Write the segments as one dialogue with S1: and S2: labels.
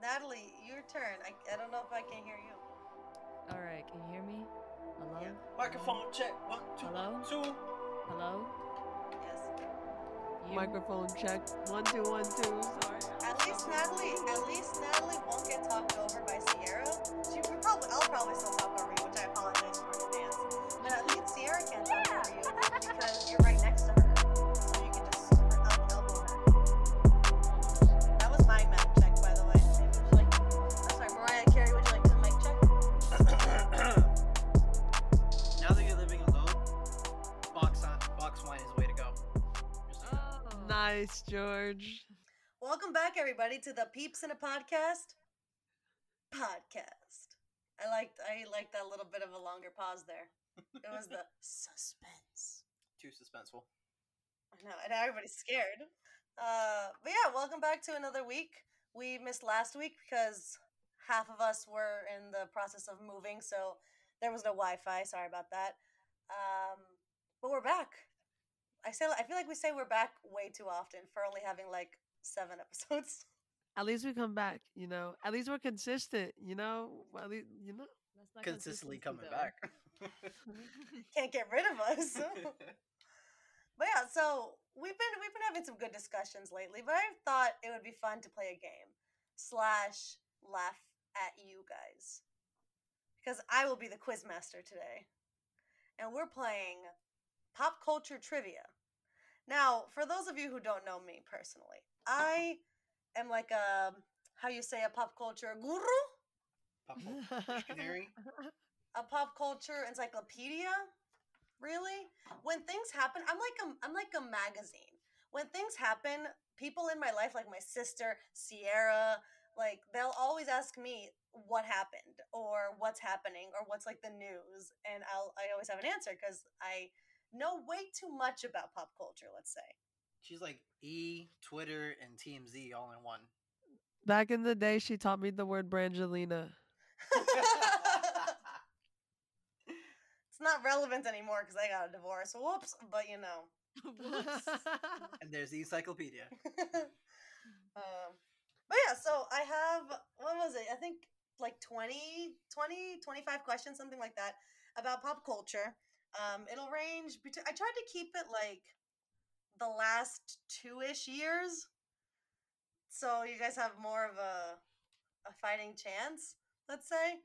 S1: Natalie, your turn. I, I don't know if I can hear you.
S2: All right, can you hear me? Hello?
S1: Yeah.
S3: Microphone check. One, two,
S2: Hello?
S3: two.
S2: Hello?
S1: Yes.
S2: You?
S4: Microphone check. One, two, one, two. Sorry.
S1: At least Natalie, at least Natalie won't get talked over by Sierra. She we probably, I'll probably still talk over you, which I apologize for in advance. But at least Sierra can't talk over you because you're right next to her, so you can just um, elbow her. That was my map check, by the way. Would you like? I'm sorry, Mariah Carey. Would you like to mic check?
S3: now that you're living alone, box on, box wine is the way to go. Just so you know.
S2: Oh.
S4: Nice, George.
S1: Welcome back, everybody, to the Peeps in a Podcast podcast. I liked I liked that little bit of a longer pause there. It was the suspense.
S3: Too suspenseful.
S1: I know, and everybody's scared. Uh, but yeah, welcome back to another week. We missed last week because half of us were in the process of moving, so there was no Wi-Fi. Sorry about that. Um, but we're back. I say I feel like we say we're back way too often for only having like seven episodes.
S4: At least we come back, you know. At least we're consistent, you know. At least, you know.
S2: That's not
S3: Consistently
S2: consistency,
S3: coming
S2: though.
S3: back.
S1: Can't get rid of us. But yeah, so we've been we've been having some good discussions lately, but I thought it would be fun to play a game slash laugh at you guys because I will be the quiz master today, and we're playing pop culture trivia. Now, for those of you who don't know me personally, I am like a how you say a pop culture guru,
S3: Pop culture Dictionary.
S1: a pop culture encyclopedia. Really, when things happen, I'm like a I'm like a magazine. when things happen, people in my life, like my sister, Sierra, like they'll always ask me what happened or what's happening or what's like the news, and I'll I always have an answer because I know way too much about pop culture. Let's say
S3: She's like E, Twitter, and TMZ all in one.
S4: Back in the day, she taught me the word Brangelina.
S1: it's not relevant anymore because I got a divorce. Whoops, but you know.
S3: and there's the encyclopedia.
S1: um, but yeah, so I have, what was it? I think like 20, 20, 25 questions, something like that, about pop culture. Um, it'll range between, I tried to keep it like the last two ish years. So you guys have more of a, a fighting chance, let's say.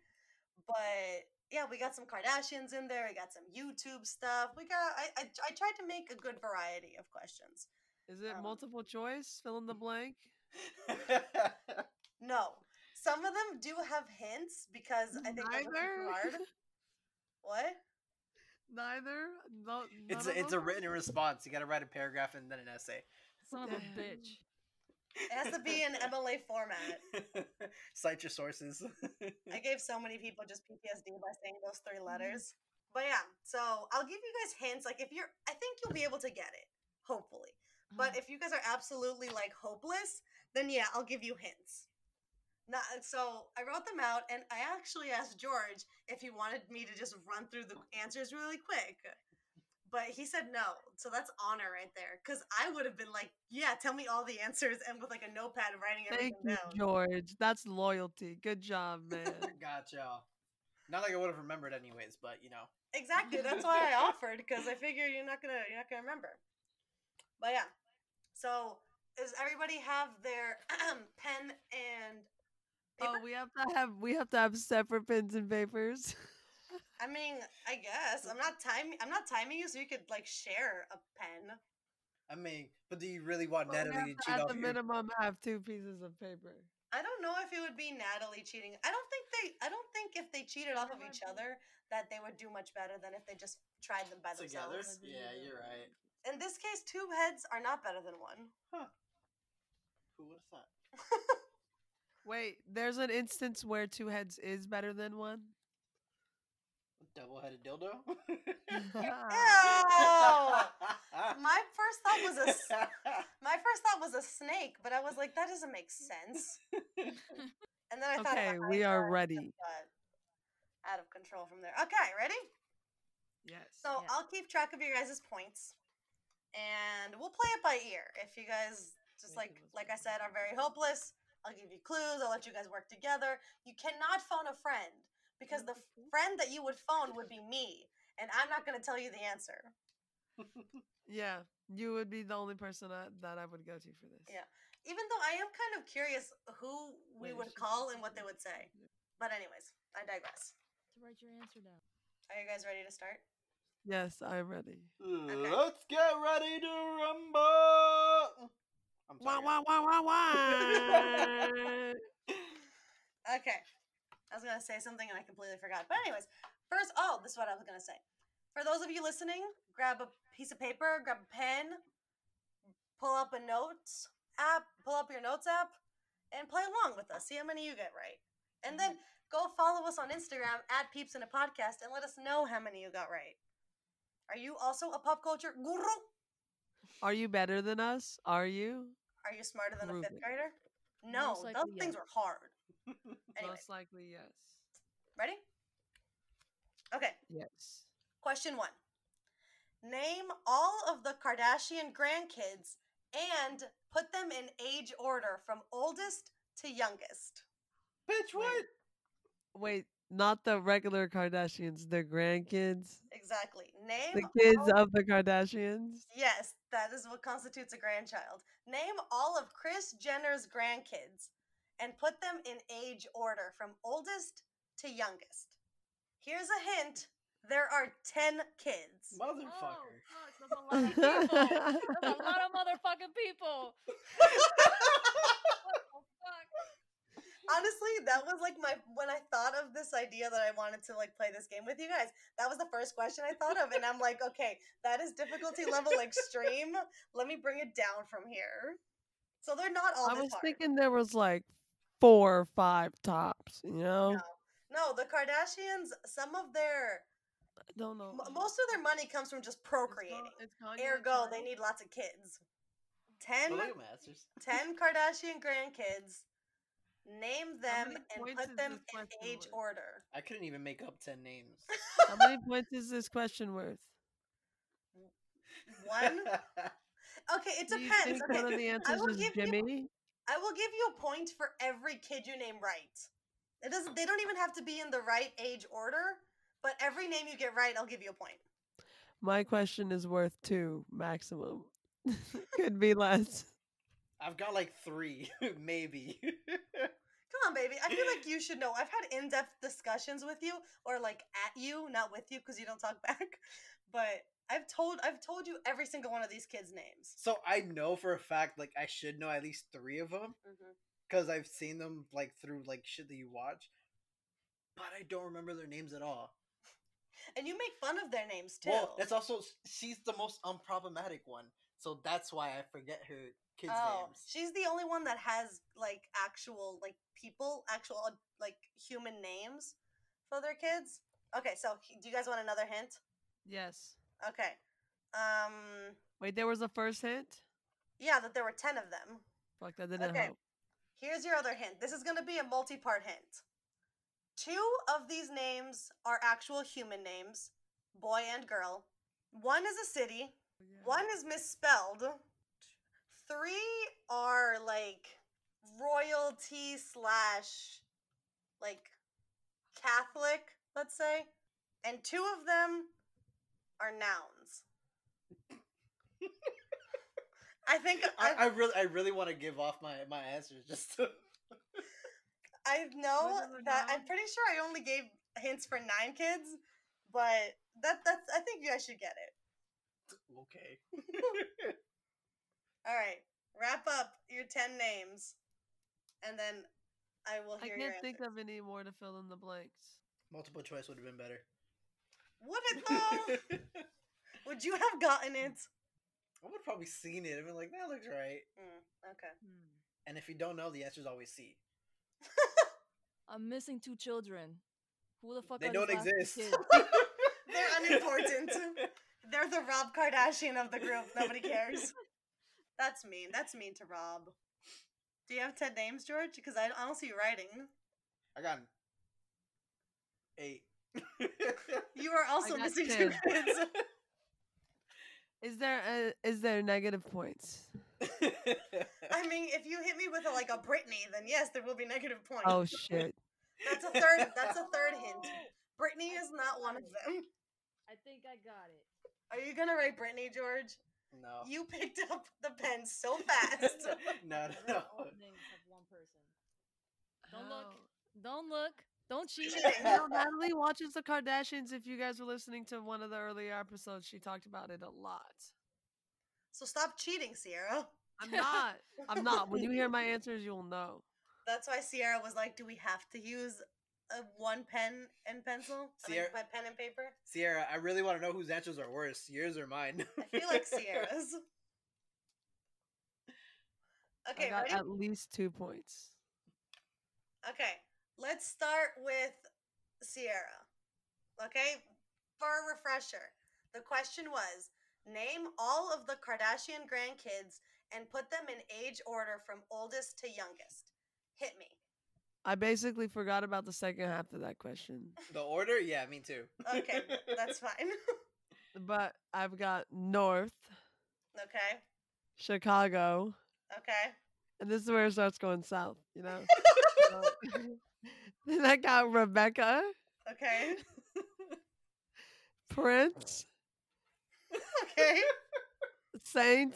S1: But yeah, we got some Kardashians in there. We got some YouTube stuff. We got, I, I, I tried to make a good variety of questions.
S4: Is it
S1: Um,
S4: multiple choice? Fill in the blank.
S1: No. Some of them do have hints because I think they're looking
S4: Neither.
S1: for hard. What?
S4: Neither. No.
S3: it's
S4: none
S3: a,
S4: of
S3: it's a
S4: them?
S3: written response. You got to write a paragraph and then an essay.
S2: Son of a bitch.
S1: It has to be in MLA format.
S3: Cite your sources.
S1: I gave so many people just PTSD by saying those three letters. But yeah, so I'll give you guys hints. Like if you're, I think you'll be able to get it, hopefully.
S4: Mm-hmm.
S1: But if you guys are absolutely like hopeless, then yeah, I'll give you hints. Not, so I wrote them out, and I actually asked George if he wanted me to just run through the answers really quick, but he said no. So that's honor right there, because I would have been like, yeah, tell me all the answers, and with like a notepad writing
S4: Thank
S1: everything
S4: you,
S1: down.
S4: George. That's loyalty. Good job, man.
S3: gotcha. Not like I would have remembered, anyways. But you know,
S1: Exactly. That's why I offered because I figure you're not gonna you're not gonna remember. But yeah. So does everybody have their pen and
S4: oh,
S1: paper?
S4: we have to have we have to have separate pens and papers.
S1: I mean, I guess I'm not timing. I'm not timing you, so you could like share a pen.
S3: I mean, but do you really want
S4: But we have
S3: Natalie to
S4: to,
S3: cheat
S4: at
S3: off
S4: the
S3: your?
S4: minimum, have two pieces of paper.
S1: I don't know if it would be Natalie cheating. I don't think they. I don't think if they cheated off of each other that they would do much better than if they just tried them by
S3: Together?
S1: themselves.
S3: Yeah, you're right.
S1: In this case, two heads are not better than one.
S3: Who would have thought?
S4: Wait, there's an instance where two heads is better than one.
S3: Double-headed dildo.
S1: Ew! My first thought was a s- My first thought was a snake, but I was like, that doesn't make sense. and then I thought,
S4: okay,
S1: about
S4: we
S1: it,
S4: are
S1: and
S4: ready.
S1: it got out of control from there. Okay, ready?
S4: Yes.
S1: So
S2: Yeah.
S1: I'll keep track of your guys' points, and we'll play it by ear. If you guys just like,
S4: Make it look
S1: like I
S4: like-
S1: said, are very hopeless, I'll give you clues. I'll let you guys work together. You cannot phone a friend because
S4: Mm-hmm.
S1: the friend that you would phone would be me, and I'm not going to tell you the answer.
S4: Yeah, you would be the only person I, that I would go to for this.
S1: Yeah. Even though I am kind of curious who we
S4: Wait,
S1: would
S4: she-
S1: call and what they would say. But anyways, I digress.
S2: To write your answer down.
S1: Are you guys ready to start?
S4: Yes, I'm ready.
S3: Let's get ready to rumble. I'm
S4: Wah,
S3: sorry.
S4: wah, wah, wah, wah.
S1: Okay. I was going to say something and I completely forgot. But, anyways, first, oh, this is what I was going to say. For those of you listening, grab a piece of paper, grab a pen, pull up a notes app, pull up your notes app, and play along with us. See how many you get right. And then
S2: Mm-hmm.
S1: go follow us on Instagram at Peeps in a Podcast and let us know how many you got right. Are you also a pop culture guru?
S4: Are you better than us? Are you?
S1: Are you smarter than a fifth
S4: Ruben.
S1: grader? No,
S2: Most likely
S1: those things
S2: yes.
S1: were hard. Anyway,
S4: Most likely, yes.
S1: ready? Okay.
S4: Yes.
S1: Question one Name all of the Kardashian grandkids and put them in age order from oldest to youngest.
S3: Bitch, what?
S4: Wait, not the regular Kardashians, their grandkids,
S1: Exactly. Name.
S4: the kids
S1: all-
S4: of the Kardashians.
S1: Yes, that is what constitutes a grandchild. Name all of Chris Jenner's grandkids and put them in age order from oldest to youngest. Here's a hint there are 10 kids.
S3: Motherfucker.
S2: Oh, fuck, that's a lot of people. That's a lot of motherfucking people. What the fuck?
S1: honestly that was like my when i thought of this idea that i wanted to like play this game with you guys that was the first question i thought of and i'm like okay that is difficulty level extreme let me bring it down from here so they're not all
S4: I
S1: this
S4: was
S1: hard.
S4: thinking there was like four or five tops, you know?
S1: no the kardashians some of their
S4: I don't know.
S1: m- most of their money comes from just procreating ergo they need lots of kids 10
S3: Well, they masters.
S1: 10 kardashian grandkids name
S4: How
S1: them
S4: many
S1: and
S4: points
S1: put
S4: is
S1: them
S4: this question
S1: in age
S4: worth?
S1: order
S3: I couldn't even make up ten names.
S4: How many points is this question worth?
S1: one okay it
S4: Do you
S1: depends
S4: think
S1: okay
S4: one of the answers
S1: will
S4: is
S1: give you-
S4: Jimmy?
S1: I will give you a point for every kid you name right. It doesn't. They don't even have to be in the right age order. But every name you get right, I'll give you a point.
S4: My question is worth two maximum. Could be less.
S3: I've got like three, maybe.
S1: Come on, baby. I feel like you should know. I've had in-depth discussions with you, or like at you, not with you, because you don't talk back. But I've told I've told you every single one of these kids' names.
S3: so I know for a fact, like I should know at least three of them because I've seen them like through like shit that you watch, but I don't remember their names at all.
S1: And you make fun of their names too.
S3: Well, that's also she's the most unproblematic one, so that's why I forget her kids'
S1: oh,
S3: names.
S1: she's the only one that has like actual like people, actual uh, like human names for their kids. Okay, so he- do you guys want another hint?
S4: Yes.
S1: Okay. Um
S4: Wait, there was a first hint?
S1: yeah, that there were 10 of them.
S4: Fuck, that didn't
S1: Okay.
S4: help.
S1: Here's your other hint. This is going to be a multi-part hint. Two of these names are actual human names, boy and girl. One is a city, one is misspelled. Three are like royalty slash like Catholic, let's say. And two of them are nouns. I think
S3: I,
S1: I,
S3: I really, I really want to give off my my answers just to.
S1: I know
S4: Those are
S1: that I'm
S4: nouns.
S1: pretty sure I only gave hints for nine kids, but that that's I think you guys should get it.
S3: Okay.
S1: All right, wrap up your ten names, and then I will
S4: I
S1: hear your
S4: can't think
S1: answers.
S4: of any more to fill in the blanks.
S3: Multiple choice would have been better.
S1: Would it though? Would you have gotten it?
S3: I would have probably seen it and been like, that looks right.
S1: Mm, okay.
S2: Hmm.
S3: And if you don't know, the answer's always C.
S2: I'm missing two children. Who the fuck
S3: They
S2: are
S3: don't
S2: these last two
S3: exist.
S2: kids?
S1: They're unimportant. They're the Rob Kardashian of the group. Nobody cares. That's mean. That's mean to Rob. Do you have ten names, George? Because I, I don't see you writing.
S3: I got an eight.
S1: You are also
S4: got
S1: missing two
S4: 10.
S1: kids.
S4: Is there a, is there negative points?
S1: I mean, if you hit me with a, like a Britney, then yes, there will be negative points.
S4: Oh shit.
S1: That's a third. That's a third hint. Brittany is not one of them.
S5: I think I got it.
S1: Are you gonna write Brittany, George?
S3: no.
S1: You picked up the pen so fast.
S3: no,
S5: I
S3: no,
S5: wrote all the names of one person.
S2: Don't look.
S4: How-
S2: Oh, Don't look. Don't cheat.
S1: Cheating.
S4: Now, Natalie watches the Kardashians. If you guys were listening to one of the earlier episodes, she talked about it a lot.
S1: so stop cheating, Sierra.
S4: I'm not. I'm not. When you hear my answers, you'll know.
S1: That's why Sierra was like, "Do we have to use a one pen and pencil?
S3: Sierra-
S1: I mean, by pen and paper?
S3: Sierra, I really want to know whose answers are worse, yours or mine.
S1: I feel like Sierra's."
S4: I
S1: Okay,
S4: got
S1: ready?
S4: at least two points.
S1: Okay, let's start with Sierra. Okay, for a refresher, the question was name all of the Kardashian grandkids and put them in age order from oldest to youngest. Hit me.
S4: I basically forgot about the second half of that question,
S3: the order? Yeah, me too.
S1: Okay, that's fine.
S4: but I've got North,
S1: Okay,
S4: Chicago,
S1: okay.
S4: and this is where it starts going south, you know? So- then I got Rebecca,
S1: Okay.
S4: Prince,
S1: Okay.
S4: Saint,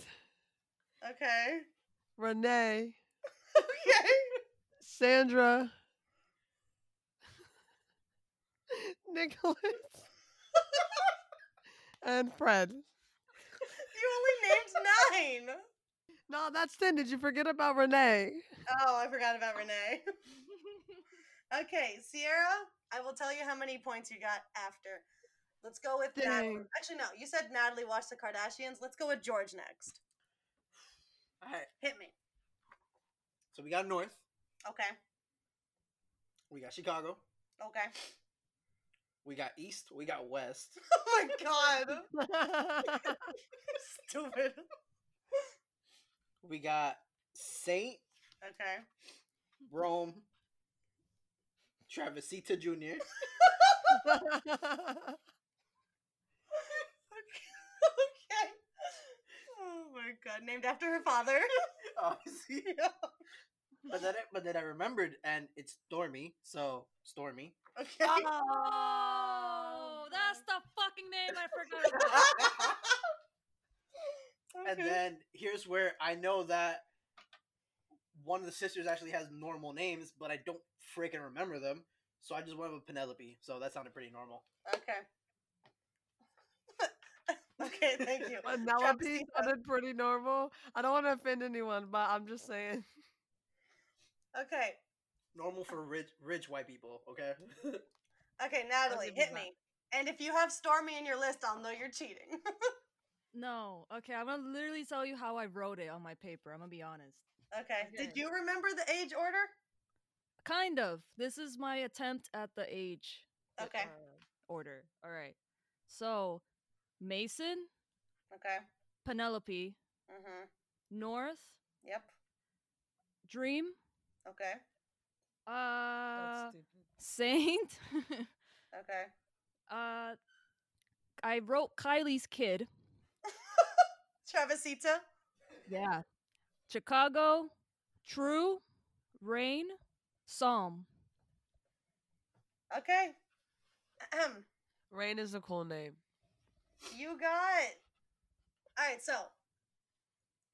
S1: Okay.
S4: Renee,
S1: Okay.
S4: Sandra, Nicholas, and Fred.
S1: You only named nine.
S4: No, that's 10. Did you forget about Renee?
S1: Oh, I forgot about Renee. okay, Sierra, I will tell you how many points you got after. Let's go with Natalie.
S4: Dang.
S1: Actually, no, you said Natalie watched the Kardashians. Let's go with George next.
S3: All right.
S1: Hit me.
S3: So we got North,
S1: Okay.
S3: we got Chicago,
S1: Okay.
S3: we got East, we got West.
S1: Oh my god. Stupid.
S3: We got Saint,
S1: Okay.
S3: Rome, Travisita Jr.,
S1: okay. Oh my god. Named after her father.
S3: obviously. But then, I, but then I remembered, and it's Stormy, so Stormy.
S1: Okay.
S2: oh, that's the fucking name I forgot. About.
S3: And
S1: Okay.
S3: then here's where I know that one of the sisters actually has normal names, but I don't freaking remember them. So I just went with Penelope. So that sounded pretty normal.
S1: Okay. okay, thank you.
S4: Penelope
S1: Travisita.
S4: sounded pretty normal. I don't want to offend anyone, but I'm just saying.
S1: Okay.
S3: Normal for rich, rich white people. Okay.
S1: Okay, Natalie,
S4: give you
S1: hit
S4: that.
S1: me. And if you have Stormy in your list, I'll know you're cheating.
S2: No. Okay, I'm gonna literally tell you how I wrote it on my paper. I'm gonna be honest.
S1: okay. Did
S2: Okay.
S1: you remember the age order?
S2: Kind of. This is my attempt at the age. uh,
S1: Okay.
S2: uh, order. All right. So, Mason,
S1: Okay.
S2: Penelope,
S1: Mhm.
S2: North,
S1: Yep.
S2: Dream,
S1: Okay.
S2: uh,
S4: stupid.
S2: Saint.
S1: Okay.
S2: uh, I wrote Kylie's kid.
S1: Travisita.
S2: Yeah. Chicago, True, Rain, Psalm.
S1: Okay. Ahem.
S4: Rain is a cool name.
S1: You got. All right, so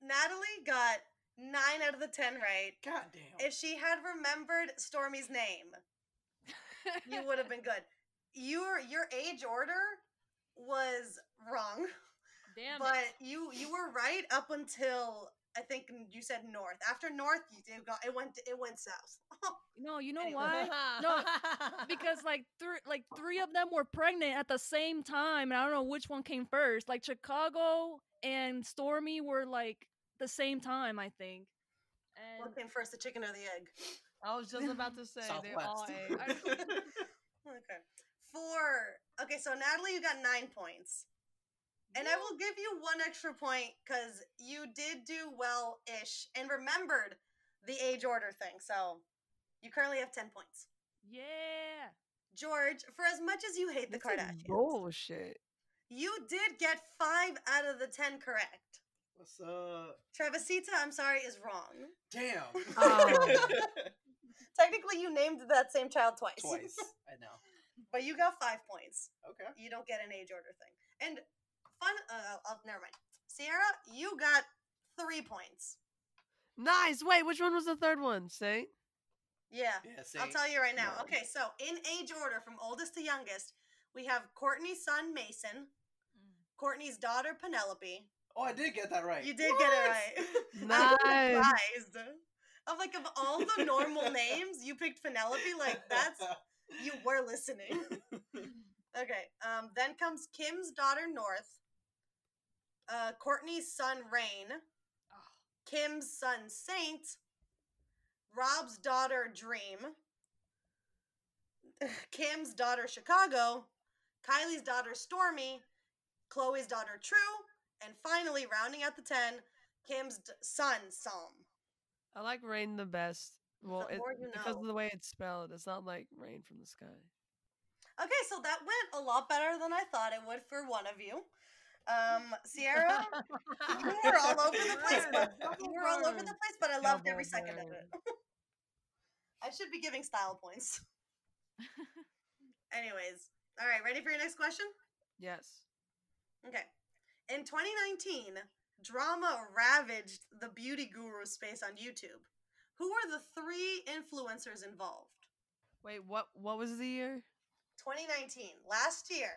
S1: Natalie got 9 out of the 10 right.
S3: God damn.
S1: If she had remembered Stormy's name, you would have been good. Your your age order was wrong.
S2: Damn
S1: but
S2: it.
S1: you you were right up until I think n- you said north. After north, you did go. It went it went south.
S2: No, you know
S1: Anyway.
S2: why? No, Because like three, like three of them were pregnant at the same time, and I don't know which one came first. Like Chicago and Stormy were like the same time, I think.
S1: What
S2: And
S1: came first, the chicken or the egg?
S4: I was just about to say they're all A.
S3: Southwest.
S1: Okay. Four. Okay, so Natalie, you got nine points, and I will give you one extra point because you did do well ish and remembered the age order thing. So you currently have ten points.
S2: yeah,
S1: George, for as much as you hate the
S4: This is
S1: Kardashians,
S4: Bullshit.
S1: you did get five out of the ten correct.
S3: What's up?
S1: Travesita, I'm sorry, is wrong.
S3: Damn.
S4: Oh.
S1: Technically, you named that same child twice.
S3: Twice. I know.
S1: But you got five points.
S3: Okay.
S1: You don't get an age order thing. And fun. Uh, I'll, never mind. Sierra, you got three points.
S4: nice. Wait, which one was the third one? Say.
S1: Yeah.
S3: Yeah. Same.
S1: I'll tell you right now.
S4: No.
S1: Okay, so in age order from oldest to youngest, we have Courtney's son Mason, Courtney's daughter Penelope.
S3: oh, I did get that right.
S1: You did get
S3: What?
S1: it right. I'm
S4: Nice.
S1: surprised. I'm like of all the normal names, you picked Penelope. Like that's you were listening. Okay. Um. Then comes Kim's daughter North. Uh, Courtney's son Rain.
S4: Ah.
S1: Kim's son Saint. Rob's daughter Dream. Kim's daughter Chicago. Kylie's daughter Stormy. Chloe's daughter True. And finally, rounding out the ten, Kim's d- son Psalm.
S4: I like rain the best. Well,
S1: The
S4: it,
S1: more you
S4: because of
S1: know.
S4: the way it's spelled, it's not like rain from the sky.
S1: Okay, so that went a lot better than I thought it would for one of you. Um, Sierra, you were all over the place, but you were all over the place, but I loved every second of it. I should be giving style points. Anyways, all right, ready for your next question?
S4: Yes.
S1: Okay. In 2019, drama ravaged the beauty guru space on YouTube. Who are the three influencers involved?
S4: Wait, what? What was the year?
S1: 2019, last year,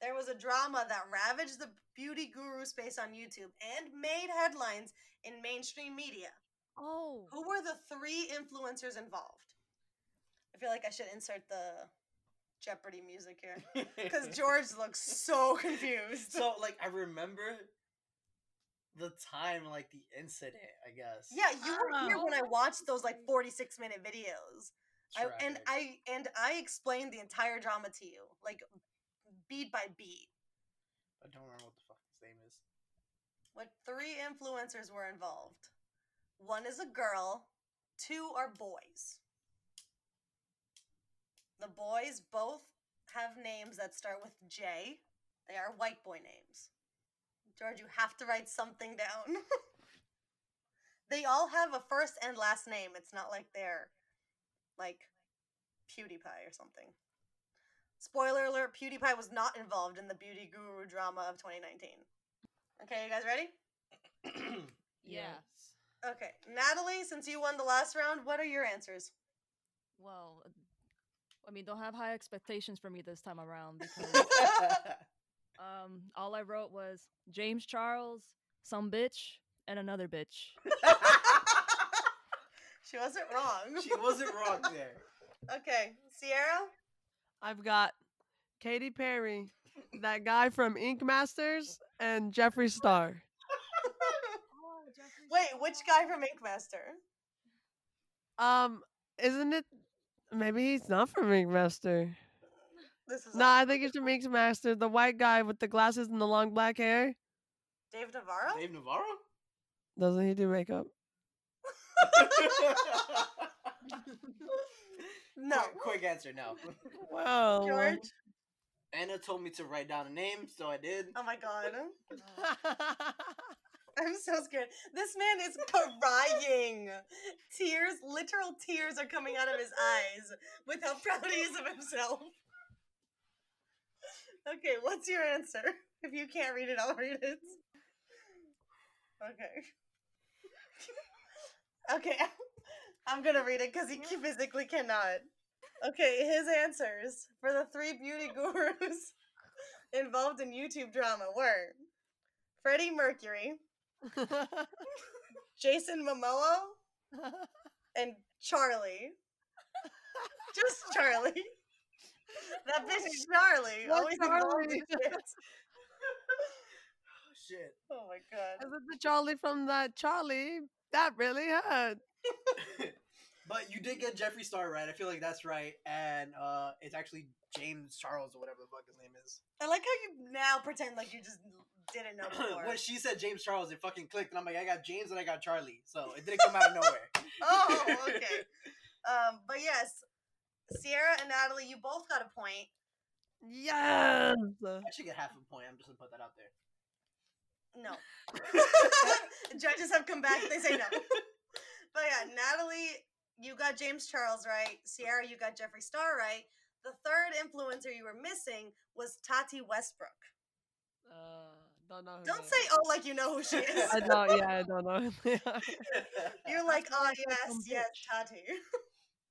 S1: there was a drama that ravaged the beauty guru space on YouTube and made headlines in mainstream media.
S2: Oh,
S1: Who were the three influencers involved? I feel like I should insert the Jeopardy music here because George looks so confused.
S3: So like I remember the time, like the incident. I guess.
S1: yeah, you were here when I
S2: Oh.
S1: watched those like 46 minute videos. I, and
S3: Traffic.
S1: I and I explained the entire drama to you, like beat by beat.
S3: I don't remember what the fuck his name is.
S1: What three influencers were involved? One is a girl, two are boys. The boys both have names that start with J. They are white boy names. George, you have to write something down. they all have a first and last name. It's not like they're like PewDiePie or something. Spoiler alert, PewDiePie was not involved in the beauty guru drama of 2019. Okay, you guys ready?
S5: Yeah.
S4: Yes.
S1: Okay, Natalie, since you won the last round, what are your answers?
S2: well, I mean, don't have high expectations for me this time around because
S3: Damn.
S2: um, all I wrote was James Charles, some bitch, and another bitch.
S1: She wasn't wrong.
S3: she wasn't wrong there.
S1: okay, Sierra.
S4: I've got Katy Perry, that guy from Ink Masters, and Jeffree Star.
S5: Oh, Jeffree
S1: Wait, which guy from Ink Master?
S4: Um, isn't it? Maybe he's not from Ink Master.
S1: This is
S4: No, I think it's from Ink Master. The white guy with the glasses and the long black hair.
S1: Dave Navarro.
S3: Dave Navarro.
S4: Doesn't he do makeup?
S1: no,
S3: Quick, quick answer. No.
S4: Well,
S1: George.
S3: Anna told me to write down a name, so I did.
S1: Oh my god, I'm so scared. This man is crying. tears, literal tears, are coming out of his eyes with how proud he is of himself. Okay, what's your answer? If you can't read it, I'll read it. Okay. Okay, I'm gonna read it because he c- physically cannot. Okay, his answers for the three beauty gurus involved in YouTube drama were Freddie Mercury, Jason Momoa, and Charlie. Just Charlie. That bitch Charlie.
S4: What
S1: always involved in
S4: Charlie?
S1: shit.
S3: Oh, shit.
S1: Oh my god.
S4: Is it the Charlie from that Charlie? That really hurt.
S3: but you did get Jeffree Star right. I feel like that's right, and uh, it's actually James Charles or whatever the fuck his name is.
S1: I like how you now pretend like you just didn't know before.
S3: when she said James Charles, it fucking clicked, and I'm like, I got James and I got Charlie, so it didn't come out of nowhere.
S1: oh, okay. Um, but yes, Sierra and Natalie, you both got a point.
S4: Yes. Uh,
S3: I should get half a point. I'm just gonna put that out there.
S1: No. Judges have come back. They say no. but yeah, Natalie, you got James Charles right. Sierra, you got Jeffree Star right. The third influencer you were missing was Tati Westbrook.
S4: Uh, don't know. who
S1: Don't
S4: that
S1: say oh like you know who she
S4: is.
S1: is.
S4: I don't. Yeah, I don't know. who they are.
S1: You're like, oh
S4: like
S1: yes,
S4: some
S1: yes, Tati.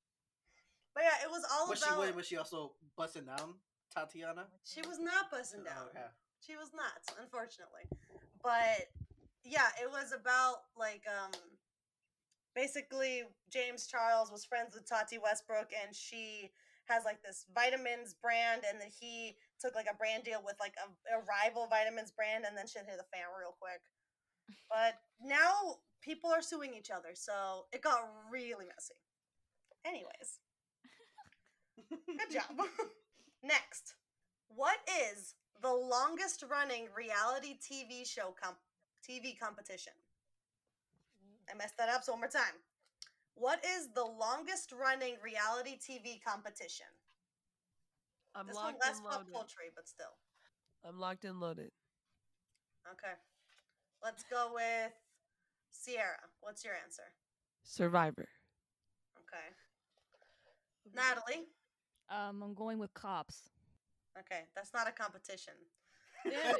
S1: but yeah, it was all
S3: was she
S1: about.
S3: wait, was she also busting down Tatiana?
S1: she was not buzzing down.
S3: Oh, okay.
S1: She was not, unfortunately. But yeah, it was about like um basically James Charles was friends with Tati Westbrook and she has like this vitamins brand and then he took like a brand deal with like a, a rival vitamins brand and then shit hit the fan real quick. But now people are suing each other, so it got really messy. Anyways. Good job. Next. What is the longest running reality TV show comp- TV competition? I messed that up, so one more time. What is the longest running reality TV competition?
S4: I'm
S1: this one
S4: locked
S1: less
S4: and
S1: pop
S4: loaded.
S1: culture, but still.
S4: I'm locked and loaded.
S1: Okay. Let's go with Sierra. What's your answer?
S4: Survivor.
S1: Okay. Natalie.
S2: Um, I'm going with cops.
S1: Okay, that's not a competition.
S2: Damn it.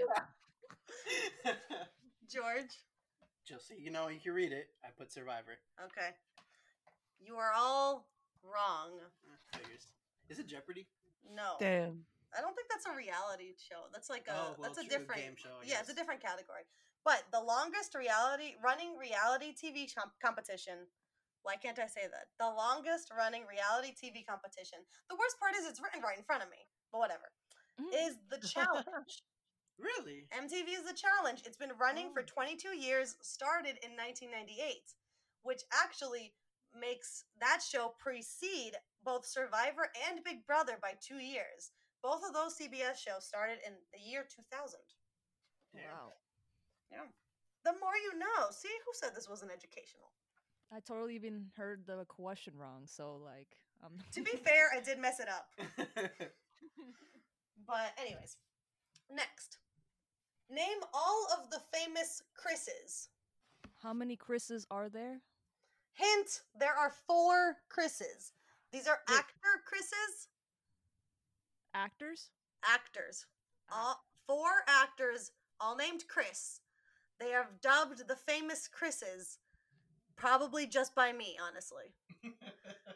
S1: George.
S3: Just so you know, you can read it. I put Survivor.
S1: Okay. You are all wrong.
S3: Figures. Is it Jeopardy?
S1: No.
S4: Damn.
S1: I don't think that's a reality show. That's like a
S3: Oh, well,
S1: Uh, that's a
S3: true, a
S1: different
S3: game show, I
S1: yeah, it's a
S3: guess.
S1: different category. But the longest reality running reality TV com- competition. Why can't I say that? The longest running reality TV competition. The worst part is it's written right in front of me. But whatever.
S2: Mm-hmm.
S1: Is the challenge.
S3: Really?
S1: MTV is the challenge. It's been running for 22 years, started in 1998, which actually makes that show precede both Survivor and Big Brother by two years. Both of those CBS shows started in the year 2000.
S3: Damn.
S1: The more you know. See, who said this wasn't educational?
S2: I totally even heard the question wrong. So like, um,
S1: To be fair, I did mess it up. But, anyways, next. Name all of the famous Chris's.
S2: how many Chris's are there?
S1: Hint: There are four Chris's. These are
S2: Wait.
S1: actor Chris's.
S2: Actors?
S1: Actors. All four actors, all named Chris. They are dubbed the famous Chris's, probably just by me, honestly.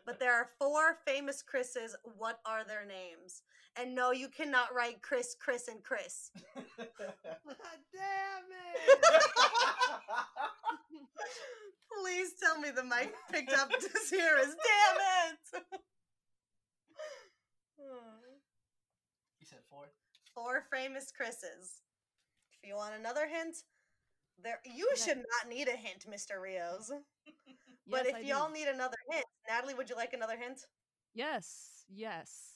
S1: but there are four famous Chris's. What are their names? And no, you cannot write Chris, Chris, and Chris. Please tell me the mic picked up this here is damn it. Hmm.
S3: you said four.
S1: four famous Chris's. If you want another hint, there you
S2: Yeah.
S1: should not need a hint, Mr. Rios. But
S2: Yes,
S1: if
S2: I
S1: y'all
S2: do.
S1: need another hint, Natalie, would you like another hint?
S2: yes, yes.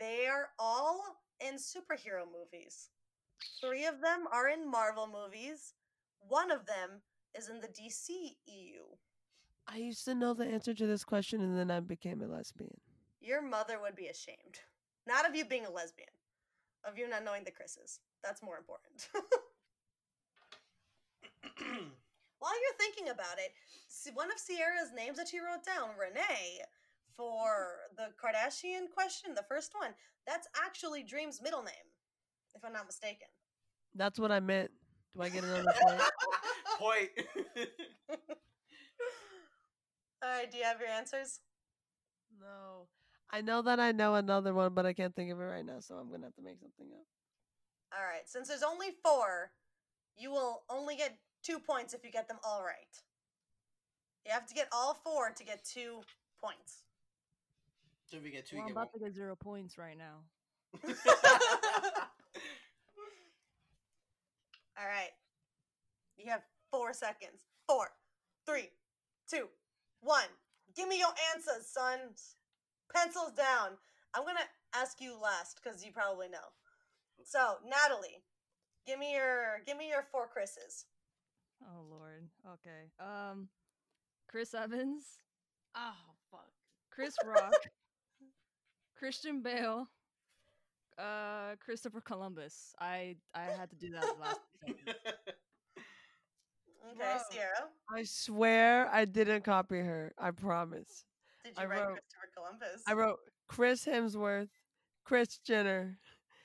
S1: They're all in superhero movies. Three of them are in Marvel movies. One of them is in the E DC EU.
S4: I used to know the answer to this question, and then I became a lesbian.
S1: Your mother would be ashamed. Not of you being a lesbian, of you not knowing the Chris's. That's more important. While you're thinking about it, s- one of Sierra's names that she wrote down, Renee, for the Kardashian question, the first one, that's actually Dream's middle name, if I'm not mistaken.
S4: That's what I meant. Do I get another point?
S3: Point.
S1: All right, do you have your answers?
S4: No. I know that I know another one, but I can't think of it right now, so I'm gonna have to make something up.
S1: All right, since there's only four, you will only get two points if you get them all right. You have to get all four to get two points.
S3: so if we get two,
S2: Well, I'm
S3: you
S2: about to get zero points right now.
S3: get one.
S1: All right. You have four seconds. Four, three, two, one. Give me your answers, son. Pencils down. I'm going to ask you last because you probably know. So, Natalie, give me your give me your four Chris's.
S2: Oh lord. Okay. Um, Chris Evans,
S5: Oh fuck.
S2: Chris Rock, Christian Bale, uh, Christopher Columbus. I I had to do that last. second.
S1: Okay,
S5: Whoa.
S1: Sierra.
S4: I swear I didn't copy her. I promise.
S1: Did
S4: I
S1: you write
S4: wrote-
S1: Christopher Columbus?
S4: I wrote Chris Hemsworth, Chris Jenner,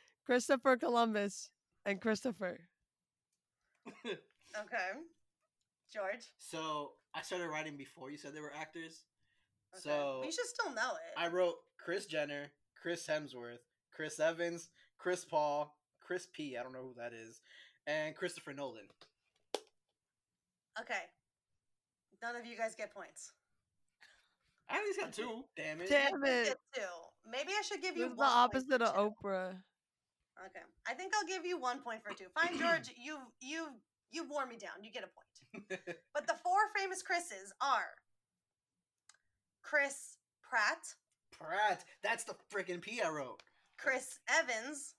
S4: Christopher Columbus, and Christopher.
S1: Okay. George.
S3: so I started writing before you said they were actors.
S1: Okay.
S3: So
S1: you should still know it.
S3: I wrote Chris Jenner, Chris Hemsworth, Chris Evans, Chris Paul, Chris P. I don't know who that is, and Christopher Nolan.
S1: Okay. None of you guys get points.
S3: I at least got two. Damn it.
S4: Damn
S1: You
S4: it.
S1: get two. Maybe I should give you
S4: This is the
S1: one point
S4: opposite
S1: for
S4: of
S1: two.
S4: Oprah.
S1: Okay, I think I'll give you one point for two. Fine, George, you you you wore me down. You get a point. But the four famous Chris's are Chris Pratt,
S3: Pratt. That's the freaking P I wrote.
S1: Chris Evans,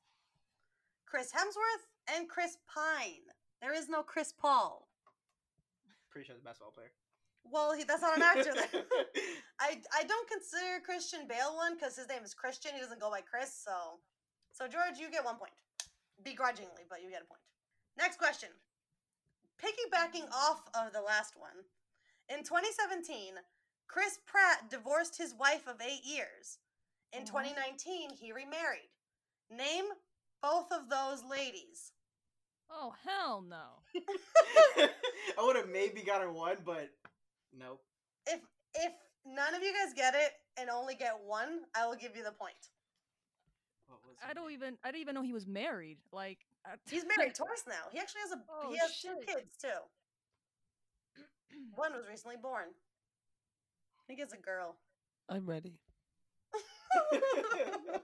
S1: Chris Hemsworth, and Chris Pine. There is no Chris Paul.
S3: Pretty sure it's a basketball player.
S1: Well, he, that's not an actor. then. I I don't consider Christian Bale one because his name is Christian. He doesn't go by Chris. So, so George, you get one point, begrudgingly, but you get a point. Next question. Piggybacking off of the last one, in 2017, Chris Pratt divorced his wife of eight years. In 2019, he remarried. Name both of those ladies.
S2: Oh hell no.
S3: I would have maybe gotten one, but nope.
S1: If if none of you guys get it and only get one, I will give you the point.
S3: What was
S2: I
S3: her
S2: don't
S3: name?
S2: even I didn't even know he was married. Like I-
S1: He's married twice now. He actually has a
S2: Oh,
S1: he has two
S2: shit.
S1: kids too. One was recently born. I think it's a girl.
S4: I'm ready.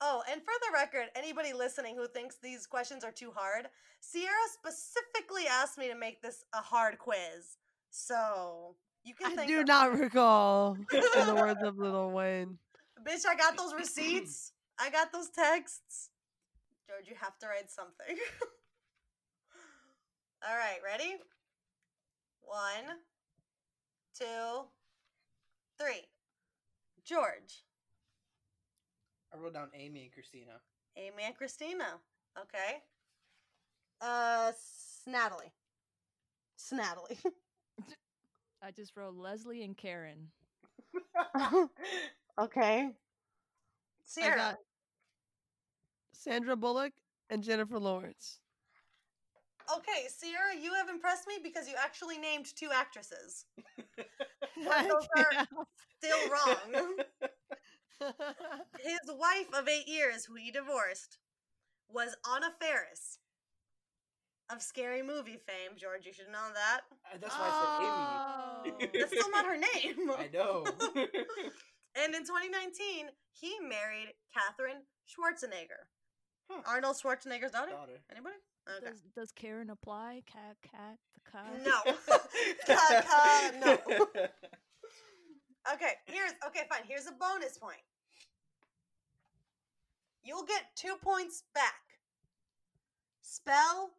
S1: oh, and for the record, anybody listening who thinks these questions are too hard, Sierra specifically asked me to make this a hard quiz. So you can
S4: I
S1: thank
S4: do
S1: her.
S4: not recall, in the words of Little Wayne.
S1: Bitch, I got those receipts. I got those texts. George, you have to write something. All right, ready? One, two, three. George,
S3: I wrote down Amy and Christina.
S1: Amy, and Christina. Okay. Uh, s- Natalie. S- Natalie.
S2: I just wrote Leslie and Karen.
S1: okay.
S4: I
S1: Sierra.
S4: got Sandra Bullock and Jennifer Lawrence.
S1: Okay, Sierra, you have impressed me because you actually named two actresses. But those are still wrong.
S3: Uh,
S1: His wife of eight years, who he divorced, was Anna Ferris of Scary Movie fame. George, you should know that.
S3: That's why I
S5: Oh.
S3: said Amy.
S1: That's still not her name.
S3: I know.
S1: And in 2019, he married Katherine Schwarzenegger.
S3: Huh.
S1: Arnold Schwarzenegger's daughter?
S3: Daughter.
S1: Anybody? Okay.
S2: Does, does Karen apply? Cat, cat, the cat.
S1: No. Cut, cut, no. Okay, here's okay, fine. Here's a bonus point. You'll get two points back. Spell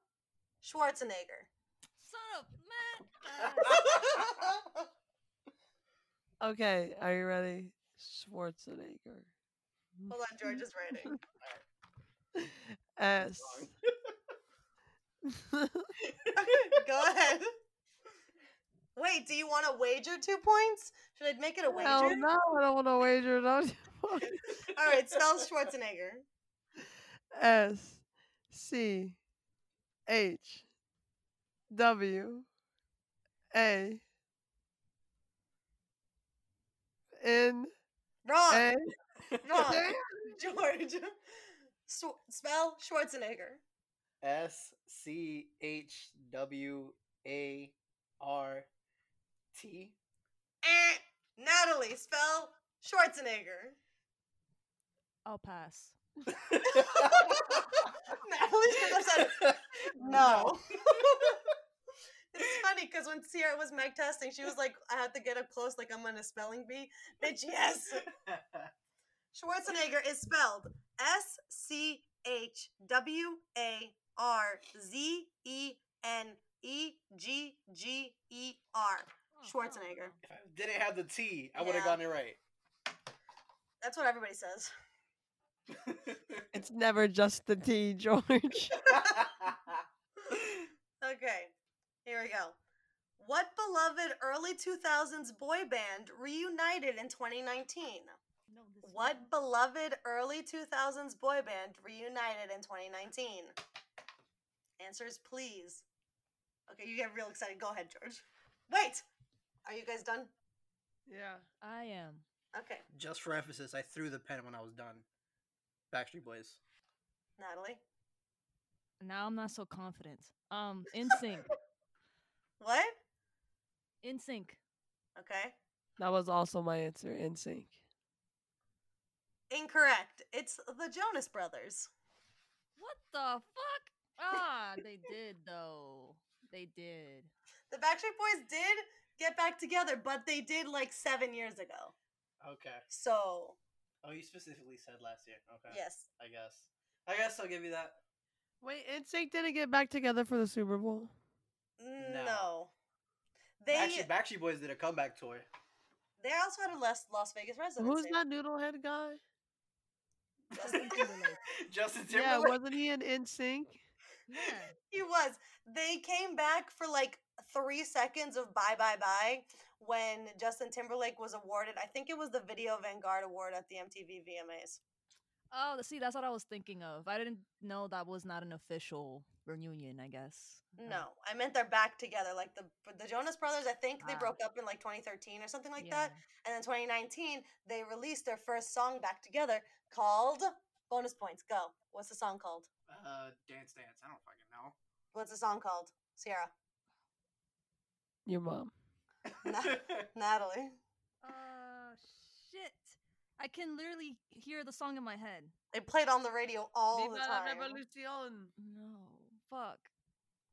S1: Schwarzenegger.
S2: Son of man.
S4: Okay, are you ready? Schwarzenegger.
S1: Hold on, George is writing.
S4: S.
S1: Go ahead. Wait, do you want to wager two points? Should I make it a wager?
S4: Hell no, I don't want to wager. Don't you-
S1: All right, spell Schwarzenegger.
S4: S C H W A N
S1: Wrong.
S4: A.
S1: Wrong. George. Sw- spell Schwarzenegger.
S3: S C H W A R T
S1: Eh. Natalie, spell Schwarzenegger.
S2: I'll pass.
S1: Natalie should have said no. it's funny because when Sierra was mic testing, she was like, I have to get up close, like I'm on a spelling bee. Bitch, yes. Schwarzenegger is spelled S C H W A R Z E N E G G E R.
S2: Oh, hell
S1: Schwarzenegger.
S2: no.
S3: If I didn't have the T, I would
S1: Yeah.
S3: have gotten it right.
S1: That's what everybody says.
S4: It's never just the T, George.
S1: Okay, here we go. What beloved early 2000s boy band reunited in 2019?
S5: No, this
S1: What beloved early 2000s boy band reunited in 2019? Answers, please. Okay, you get real excited. Go ahead, George. Wait! Are you guys done?
S4: Yeah.
S2: I am.
S1: Okay,
S3: Just for emphasis, I threw the pen when I was done. Backstreet Boys.
S1: Natalie.
S2: Now I'm not so confident. Um, in sync,
S1: What?
S2: in sync.
S1: Okay.
S4: That was also my answer. In sync.
S1: Incorrect. It's the Jonas Brothers.
S2: What the fuck? Ah, they did though. They did.
S1: The Backstreet Boys did get back together, but they did like seven years ago.
S3: Okay.
S1: So,
S3: Oh, you specifically said last year. Okay.
S1: yes.
S3: I guess. I guess I'll give you that.
S4: Wait, NSYNC didn't get back together for the Super Bowl.
S1: No. They
S3: Actually, Backstreet Boys did a comeback tour.
S1: they also had a Las, Las Vegas residency.
S4: Who's that noodlehead guy?
S1: Justin Timberlake.
S3: Justin
S4: Yeah,
S3: Timberlake.
S4: wasn't he in NSYNC?
S2: Yeah.
S1: He was. They came back for like three seconds of Bye Bye Bye when Justin Timberlake was awarded, I think it was the Video Vanguard Award at the MTV VMAs.
S2: Oh, see, that's what I was thinking of. I didn't know that was not an official reunion. I guess. Uh,
S1: No, I meant they're back together. Like the the Jonas Brothers, I think they
S2: Ah.
S1: broke up in like 2013 or something like that.
S2: yeah.
S1: And then 2019, they released their first song back together called Bonus Points. Go. What's the song called?
S3: Uh, Dance Dance. I don't fucking know.
S1: What's the song called? Sierra.
S4: Your mom.
S1: Natalie.
S2: Uh, shit. I can literally hear the song in my head.
S1: It played on the radio all the time.
S2: No. Fuck.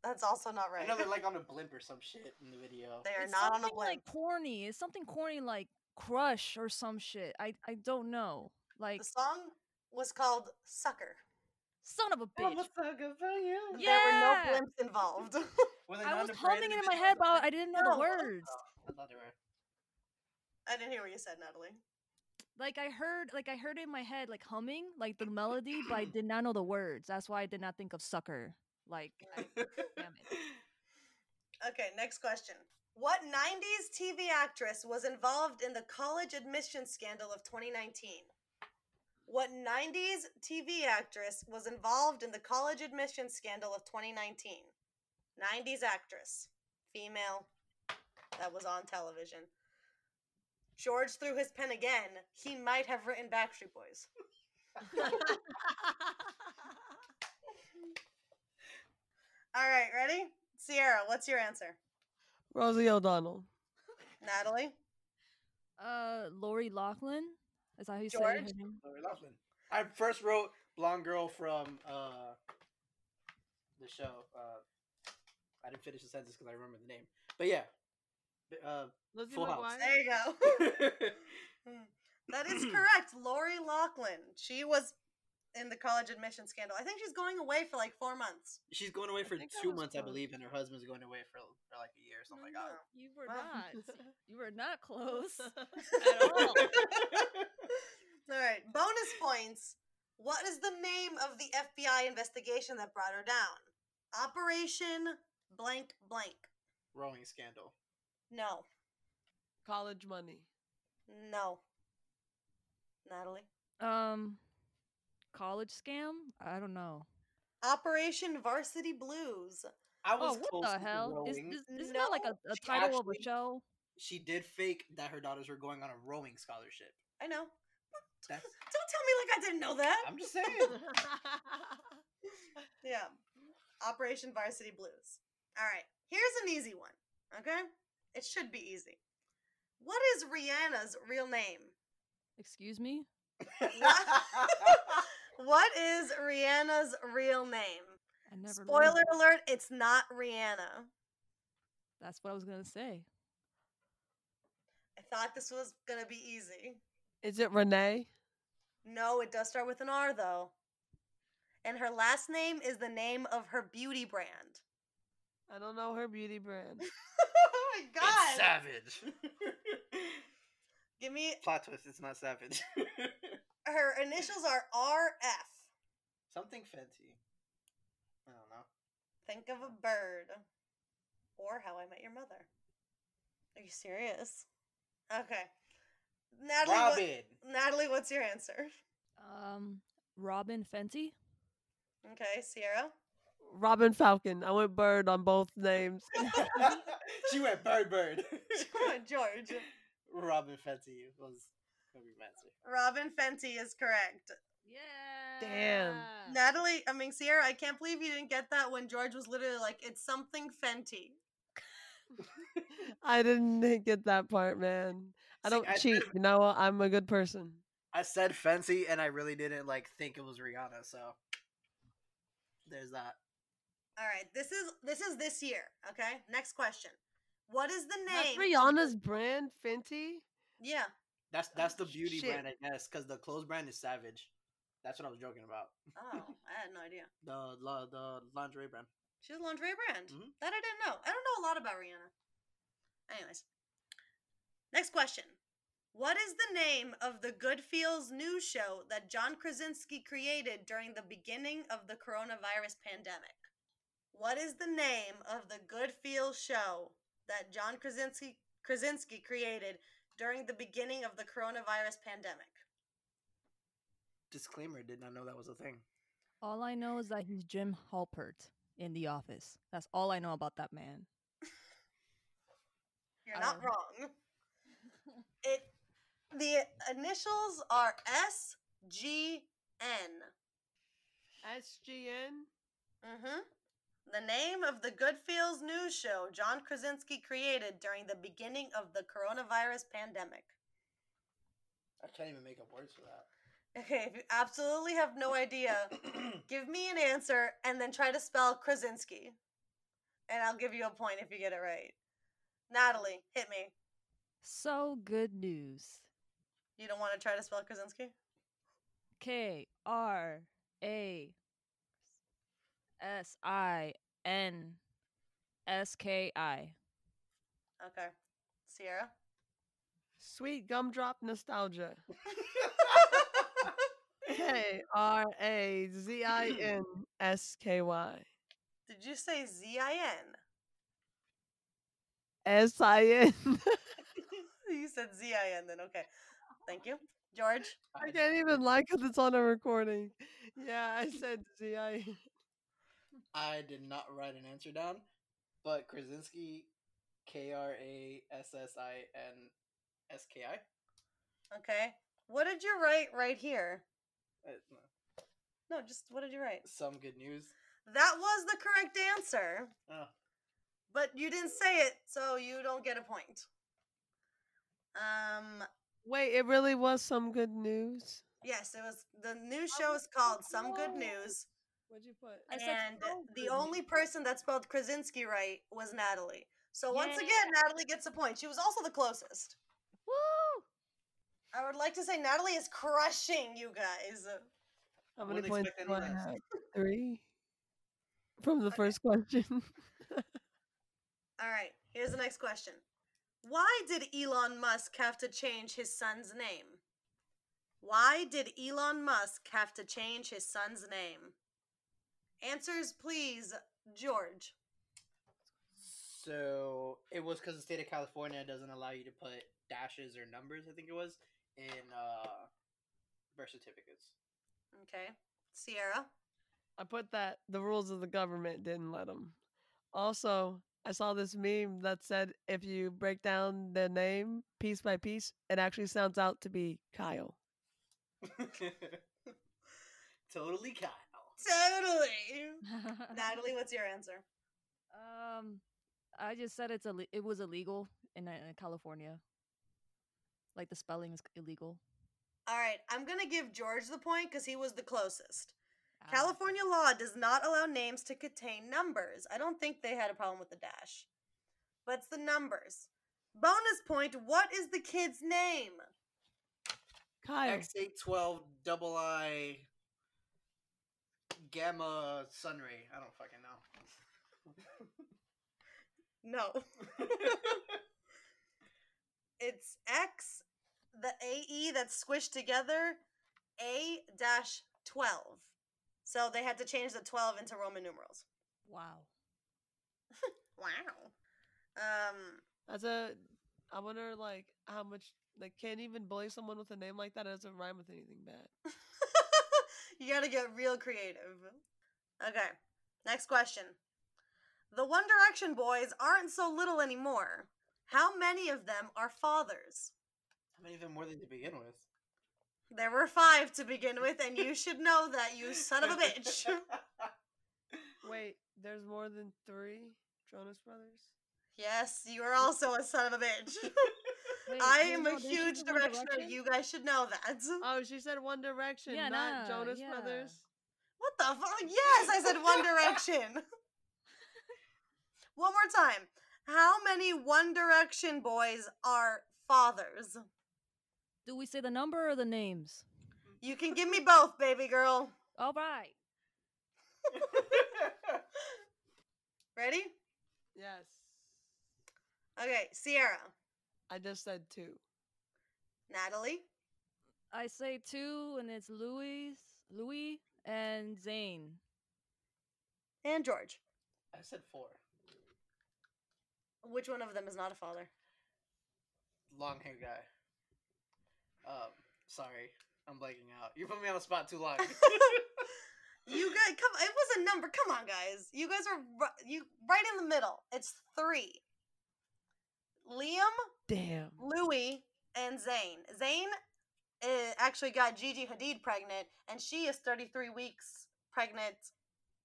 S1: That's also not
S3: I
S1: right.
S3: know they're like on a blimp or some shit in the video.
S1: They are
S2: It's
S1: not on a
S2: something,
S1: blimp.
S2: Like corny. It's something corny like crush or some shit. I I don't know. Like
S1: the song was called Sucker.
S2: son of a
S3: I'm a
S2: bitch.
S3: sucker for you.
S2: Yeah.
S1: There were no blimps involved.
S3: Were they
S2: I
S3: not
S2: was
S3: a brand
S2: humming it in my
S3: individual
S2: head, but
S3: or
S2: I
S3: something?
S2: didn't know
S1: No,
S2: the
S1: what?
S2: words.
S3: Oh, I thought they were.
S1: I didn't hear what you said, Natalie.
S2: Like I heard, like I heard it in my head, like humming, like the melody, but I did not know the words. That's why I did not think of sucker. Like I, damn it.
S1: Okay, next question. What 90s TV actress was involved in the college admission scandal of 2019? What 90s TV actress was involved in the college admission scandal of 2019? 90s actress, female, that was on television. George threw his pen again. He might have written Backstreet Boys. All right, ready? Sierra, what's your answer?
S4: Rosie O'Donnell.
S1: Natalie?
S2: Uh, Lori Lachlan. Is that how you say her
S1: George?
S2: name?
S3: Lori Loughlin. I first wrote Blonde Girl from uh, the show. Uh, I didn't finish the sentence because I remember the name. But yeah. B- Uh,
S4: Lizzie
S3: Full House.
S4: McGuire.
S1: There you go. That is correct. Lori Lachlan. She was in the college admission scandal. I think she's going away for like four months.
S3: She's going away
S4: I
S3: for
S4: think I
S3: two
S4: was
S3: months, I
S4: close.
S3: believe, and her husband's going away for, for like a year or something
S2: No,
S3: like
S2: no, You were
S1: Wow.
S2: not. You were not close
S3: that.
S2: at all.
S1: All right. Bonus points. What is the name of the FBI investigation that brought her down? Operation blank blank.
S3: Rowing scandal.
S1: No.
S4: College money.
S1: No. Natalie.
S2: Um, college scam. I don't know.
S1: Operation Varsity Blues.
S3: I
S2: Oh,
S3: was
S2: what
S3: close
S2: the
S3: to
S2: hell? Is,
S3: rowing.
S2: is, isn't that like a,
S1: No,
S2: a
S3: she
S2: title of a
S3: actually-
S2: show?
S3: she did fake that her daughters were going on a rowing scholarship.
S1: I know.
S3: That's,
S1: Don't tell me like I didn't know that.
S3: I'm just saying.
S1: Yeah. Operation Varsity Blues. All right. Here's an easy one. Okay? It should be easy. What is Rihanna's real name?
S2: Excuse me.
S1: What is Rihanna's real name?
S2: I never. learned
S1: Spoiler
S2: that.
S1: alert, it's not Rihanna.
S2: That's what I was gonna say.
S1: I thought this was going to be easy.
S4: Is it Renee?
S1: No, it does start with an R though. And her last name is the name of her beauty brand.
S4: I don't know her beauty brand.
S1: oh my
S3: it's
S1: god.
S3: savage.
S1: Give me
S3: Plot twist. It's not savage.
S1: her initials are RF.
S3: Something fancy. I don't know.
S1: Think of a bird. Or How I Met Your Mother. Are you serious? Okay. Natalie, what-
S3: Robin.
S1: Natalie, what's your answer?
S2: Um, Robin Fenty.
S1: Okay, Sierra.
S4: Robin Falcon. I went bird on both names.
S3: she went bird bird.
S1: Come on, George.
S3: Robin Fenty was gonna be my answer.
S1: Robin Fenty is correct.
S5: Yeah.
S2: Oh.
S1: Natalie, I mean Sierra, I can't believe you didn't get that when George was literally like, "It's something Fenty."
S4: I didn't get that part, man. I
S3: See,
S4: don't
S3: I said
S4: cheat.
S3: it-
S4: You know, what? I'm a good person.
S3: I said Fenty, and I really didn't like think it was Rihanna. So there's that.
S1: All right, this is this is this year. Okay, next question. What is the
S4: That's
S1: name?
S4: Rihanna's brand, Fenty.
S1: Yeah.
S3: That's that's the beauty
S4: shit.
S3: brand, I guess, because the clothes brand is Savage. That's what I was joking about.
S1: Oh, I had no idea.
S3: The la, the lingerie brand.
S1: She's a lingerie brand.
S3: Mhm.
S1: That I didn't know. I don't know a lot about Rihanna. Anyways, next question. What is the name of the Good Feels news show that John Krasinski created during the beginning of the coronavirus pandemic? What is the name of the Good Feels show that John Krasinski Krasinski created during the beginning of the coronavirus pandemic?
S3: Disclaimer: Did not know that was a thing.
S2: All I know is that he's Jim Halpert in The Office. That's all I know about that man.
S1: You're
S2: I
S1: not
S2: don't-
S1: wrong. It the initials are S G N.
S4: SGN.
S1: Mm-hmm. The name of the Goodfields news show John Krasinski created during the beginning of the coronavirus pandemic.
S3: I can't even make up words for that.
S1: Okay, if you absolutely have no idea, give me an answer and then try to spell Krasinski. And I'll give you a point if you get it right. Natalie, hit me.
S2: So good news.
S1: You don't want to try to spell Krasinski?
S2: K R A S I N S K I.
S1: Okay. Sierra?
S4: Sweet gumdrop nostalgia. K R A Z I N S K Y.
S1: Did you say Z I N?
S4: S I N.
S1: you said Z I N then, okay. Thank you. George?
S4: I can't even like because it's on a recording. Yeah, I said Z I.
S3: I did not write an answer down, but Krasinski, K R A S S I N S K I.
S1: Okay. What did you write right here?
S3: Uh, no.
S1: No, just what did you write?
S3: Some good news.
S1: That was the correct answer,
S3: Oh,
S1: but you didn't say it, so you don't get a point. Um,
S4: Wait, it really was some good news.
S1: yes, it was the news show is called Some Good News,
S4: What'd you put?
S2: I said
S1: and
S2: so
S1: the
S2: good
S1: only person that spelled Krasinski right was Natalie. So once again, Natalie gets a point. She was also the closest.
S2: Woo!
S1: I would like to say Natalie is crushing you guys.
S4: How
S3: Wouldn't
S4: many points?
S3: expect
S4: do I
S3: any less.
S4: have? Three. From the first question.
S1: All right, here's the next question. Why did Elon Musk have to change his son's name? Why did Elon Musk have to change his son's name? Answers, please, George.
S3: So it was because the state of California doesn't allow you to put dashes or numbers. I think it was in uh, birth certificates.
S1: Okay. Sierra.
S4: I put that the rules of the government didn't let them. Also, I saw this meme that said if you break down the name piece by piece, it actually sounds out to be Kyle.
S3: totally Kyle.
S1: Totally.
S2: Uh-huh.
S1: Natalie, what's your answer?
S2: um, I just said it's Ill- it was illegal in, uh, in California. Like the spelling is illegal.
S1: All right, I'm going to give George the point because he was the closest.
S2: Ah.
S1: California law does not allow names to contain numbers. I don't think they had a problem with the dash. But it's the numbers. Bonus point, what is the kid's name?
S4: Kyle.
S3: X eight twelve double I gamma sunray. I don't fucking know.
S1: No. It's X, the AE that's squished together, A dash 12. So they had to change the 12 into Roman numerals.
S2: Wow.
S1: Wow. Um,
S4: That's a. I wonder, like, how much. Like, can't even bully someone with a name like that. It doesn't rhyme with anything bad.
S1: you gotta get real creative. Okay, next question. The One Direction boys aren't so little anymore. How many of them are fathers?
S3: How many of them were they to begin with?
S1: There were five to begin with, and you should know that, you son of a bitch.
S4: Wait, there's more than three Jonas Brothers.
S1: Yes, you are also a son of a bitch.
S2: Wait,
S1: I
S2: wait,
S1: am a
S2: no, they should
S1: huge
S2: do One
S1: directioner.
S2: Direction?
S1: You guys should know that.
S4: Oh, she said One Direction,
S2: Yeah, nah,
S4: not Jonas
S2: yeah.
S4: Brothers.
S1: What the fuck? Yes, I said One Direction. One more time. How many One Direction boys are fathers?
S2: Do we say the number or the names?
S1: You can give me both, baby girl.
S2: All right.
S1: Ready?
S4: Yes,
S1: Okay, Sierra,
S4: I just said two.
S1: Natalie,
S2: I say two, and it's Louis, Louis, and Zane.
S1: and George.
S3: I said four.
S1: Which one of them is not a father?
S3: Long hair guy. Um, sorry, I'm blanking out. You put me on the spot too long.
S1: You guys, come. It was a number. Come on, guys. You guys are ri- you right in the middle. It's three. Liam,
S4: Damn.
S1: Louis and Zayn. Zayn uh, actually got Gigi Hadid pregnant, and she is 33 weeks pregnant,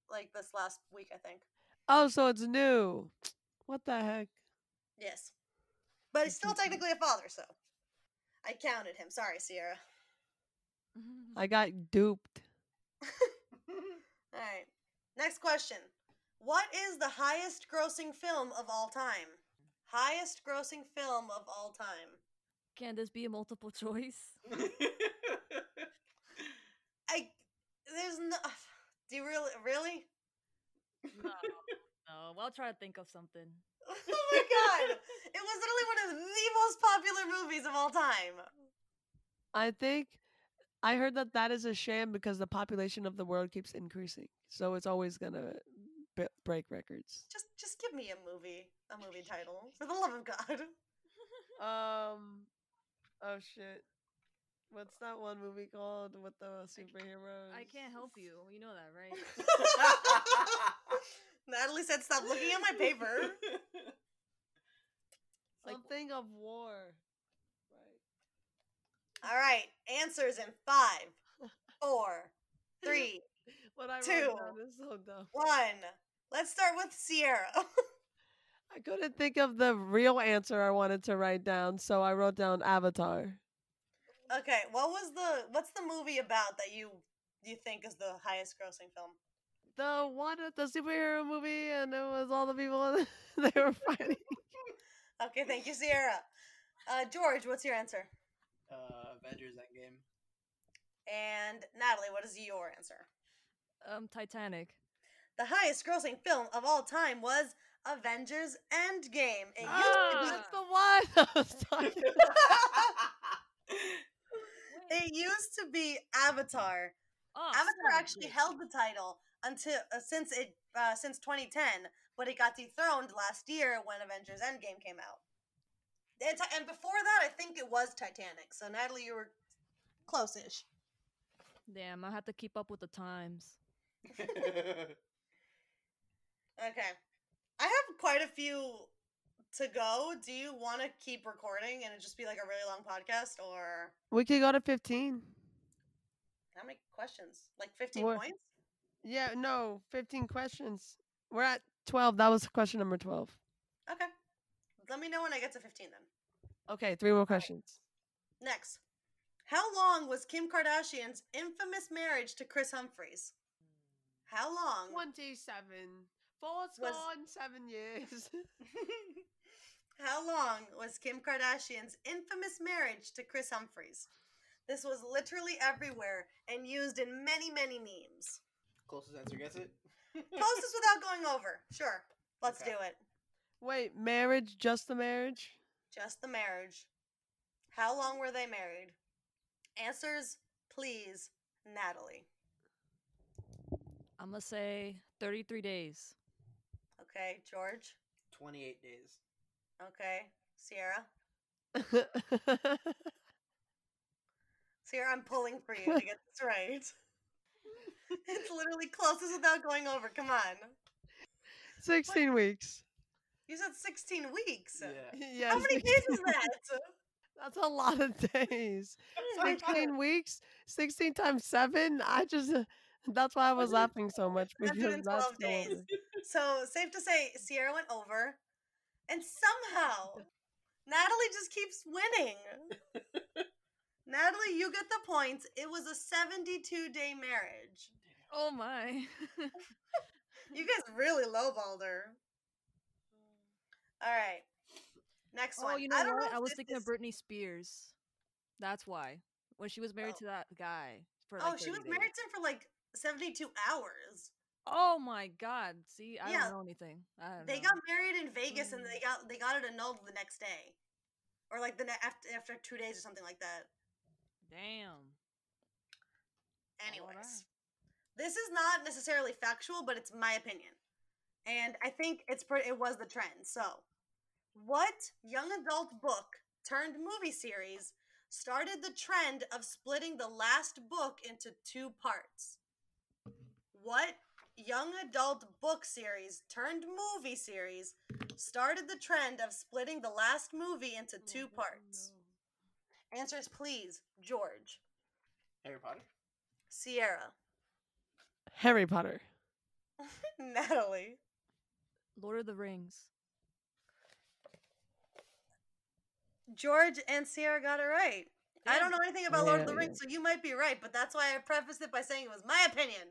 S1: like this last week, I think.
S4: Oh, so it's new. What the heck?
S1: Yes. But it's still technically a father, so. I counted him. Sorry, Sierra.
S4: I got duped.
S1: All right. Next question. What is the highest grossing film of all time? Highest grossing film of all time.
S2: Can this be a multiple choice?
S1: I. There's no. Do you really? Really?
S2: No, no. I'll try to think of something.
S1: oh my god! It was literally one of the most popular movies of all time.
S4: I think I heard that that is a sham because the population of the world keeps increasing, so it's always gonna b- break records.
S1: Just, just give me a movie, a movie title, for the love of God.
S4: Um. Oh shit. What's that one movie called with the superheroes?
S2: I can't help you. You know that, right?
S1: Natalie said, "Stop looking at my paper."
S2: Like-
S4: Something of war. Right.
S1: All right, answers in five, four, three,
S4: What I
S1: Two.
S4: wrote down is so dumb.
S1: one. Let's start with Sierra.
S4: I couldn't think of the real answer I wanted to write down, so I wrote down Avatar.
S1: okay, what was the? What's the movie about that you you think is the highest grossing film?
S4: The one with the superhero movie, and it was all the people and they were fighting.
S1: Okay, thank you, Sierra. Uh, George, what's your answer?
S3: uh, Avengers Endgame.
S1: And Natalie, what is your answer?
S2: Um, Titanic.
S1: The highest grossing film of all time was Avengers Endgame. It used
S4: Ah,
S1: to
S4: that's the one I was talking about.
S1: be, it used to be Avatar.
S2: Oh,
S1: Avatar
S2: son of a
S1: actually
S2: bitch.
S1: held the title until uh, since it uh, since 2010, but it got dethroned last year when Avengers Endgame came out. And, ti- and before that, I think it was Titanic. So Natalie, you were close-ish.
S2: Damn, I have to keep up with the times.
S1: Okay, I have quite a few to go. Do you want to keep recording and it just be like a really long podcast, or
S4: We could go to 15.
S1: how many questions? Like 15
S4: What?
S1: points?
S4: Yeah, no, 15 questions. We're at 12. That was question number 12.
S1: Okay. Let me know when I get to 15 then.
S4: Okay, three more questions.
S1: Next. How long was Kim Kardashian's infamous marriage to Chris Humphries? How long?
S4: 27. Four
S1: Was-
S4: gone, seven years.
S1: How long was Kim Kardashian's infamous marriage to Chris Humphries? This was literally everywhere and used in many, many memes.
S3: Closest answer gets it.
S1: Closest without going over. Sure. Let's
S3: Okay.
S1: do it.
S4: Wait, marriage, just the marriage?
S1: Just the marriage. How long were they married? Answers, please, Natalie.
S2: I'm gonna say 33 days.
S1: Okay, George.
S3: 28 days.
S1: Okay, Sierra. Sierra, I'm pulling for you to get this right. it's literally closest without going over. Come on.
S4: 16 weeks.
S1: You said 16 weeks.
S3: Yeah.
S4: Yes.
S1: How many days is that?
S4: That's a lot of days.
S1: Oh my God.
S4: 16 weeks, 16 times 7. I just, uh, that's why I was laughing so much. Because that's
S1: 112
S4: so-
S1: days. So safe to say, Sierra went over, and somehow Natalie just keeps winning. Natalie, you get the points. It was a 72 day marriage.
S2: Oh my.
S1: You guys really lowballed her. All right. Next one.
S2: oh, you know
S1: I don't
S2: what?
S1: know
S2: I
S1: if
S2: was
S1: this
S2: thinking
S1: is-
S2: of Britney Spears. That's why. When she was married
S1: Oh.
S2: to that guy for
S1: Oh,
S2: like
S1: she was
S2: 30 days.
S1: married to him for like 72 hours.
S2: Oh my god. See, I
S1: Yeah.
S2: don't know anything. I don't
S1: They
S2: know. Mm.
S1: got married in Vegas and they got they got it annulled the next day. Or like the ne- after, after 2 days or something like that.
S2: Damn.
S1: Anyways.
S2: Alright.
S1: This is not necessarily factual, but it's my opinion. And I think it's pretty it was the trend. So, what young adult book turned movie series started the trend of splitting the last book into two parts? What young adult book series turned movie series started the trend of splitting the last movie into two parts? Answers please, George,
S3: Harry Potter?
S1: Sierra,
S4: Harry Potter.
S1: Natalie.
S2: Lord of the Rings.
S1: George and Sierra got it right. I don't know anything about Lord of the
S4: Yeah,
S1: Rings, so you might be right, but that's why I prefaced it by saying it was my opinion.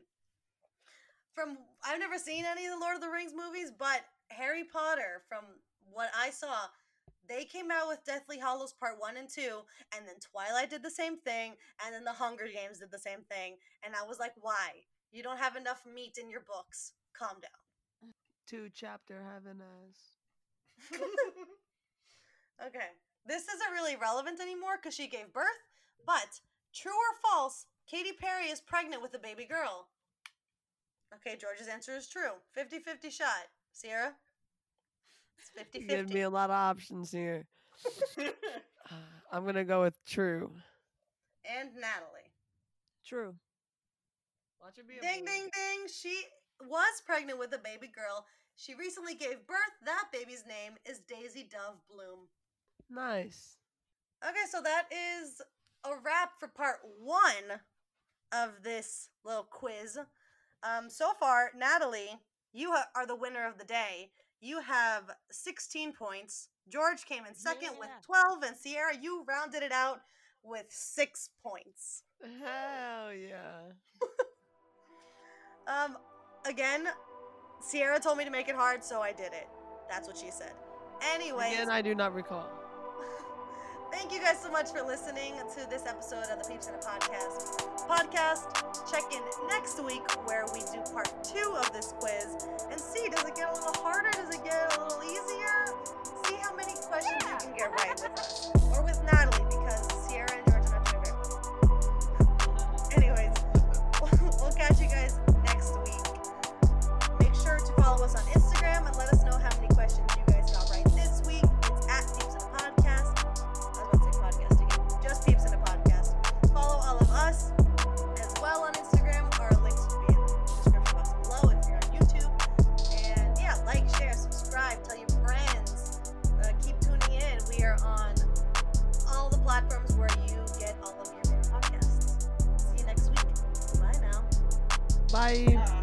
S1: From I've never seen any of the Lord of the Rings movies, but Harry Potter, from what I saw, they came out with Deathly Hollows Part 1 and 2, and then Twilight did the same thing, and then The Hunger Games did the same thing, and I was like, why? You don't have enough meat in your books. Calm down.
S4: Two chapter heaven as.
S1: okay. This isn't really relevant anymore because she gave birth, but true or false, Katy Perry is pregnant with a baby girl. Okay, George's answer is true. 50 50 shot. Sierra? It's 50
S4: Give me
S1: 50.
S4: a lot of options here. Uh, I'm going to go with true.
S1: And Natalie.
S2: True.
S4: Watch it be
S1: Ding, ding, ding. She was pregnant with a baby girl. She recently gave birth. That baby's name is Daisy Dove Bloom.
S4: Nice.
S1: Okay, so that is a wrap for part one of this little quiz. Um, so far, Natalie, you ha- are the winner of the day. You have 16 points. George came in second with
S2: Yeah.
S1: 12, and Sierra, you rounded it out with six points.
S4: Hell yeah.
S1: Um, again, Sierra told me to make it hard, so I did it. That's what she said. Anyways,
S4: Again, I do not recall.
S1: Thank you guys so much for listening to this episode of the Peeps in a Podcast. Podcast, check in next week where we do part two of this quiz and see does it get a little harder? Does it get a little easier? See how many questions you can get right with us or with Natalie because Sierra and George are not doing very well. Anyways, we'll catch you guys next week. Make sure to follow us on Instagram and let us know how many questions you guys got right this week. It's at Peeps in a Podcast. I was about to say podcast again. Just peeps in a podcast. Follow all of us as well on Instagram. Our links will be in the description box below if you're on YouTube. And yeah, like, share, subscribe, tell your friends. Uh, keep tuning in. We are on all the platforms where you get all of your favorite podcasts. See you next week. Bye now.
S4: Bye.
S3: Ah.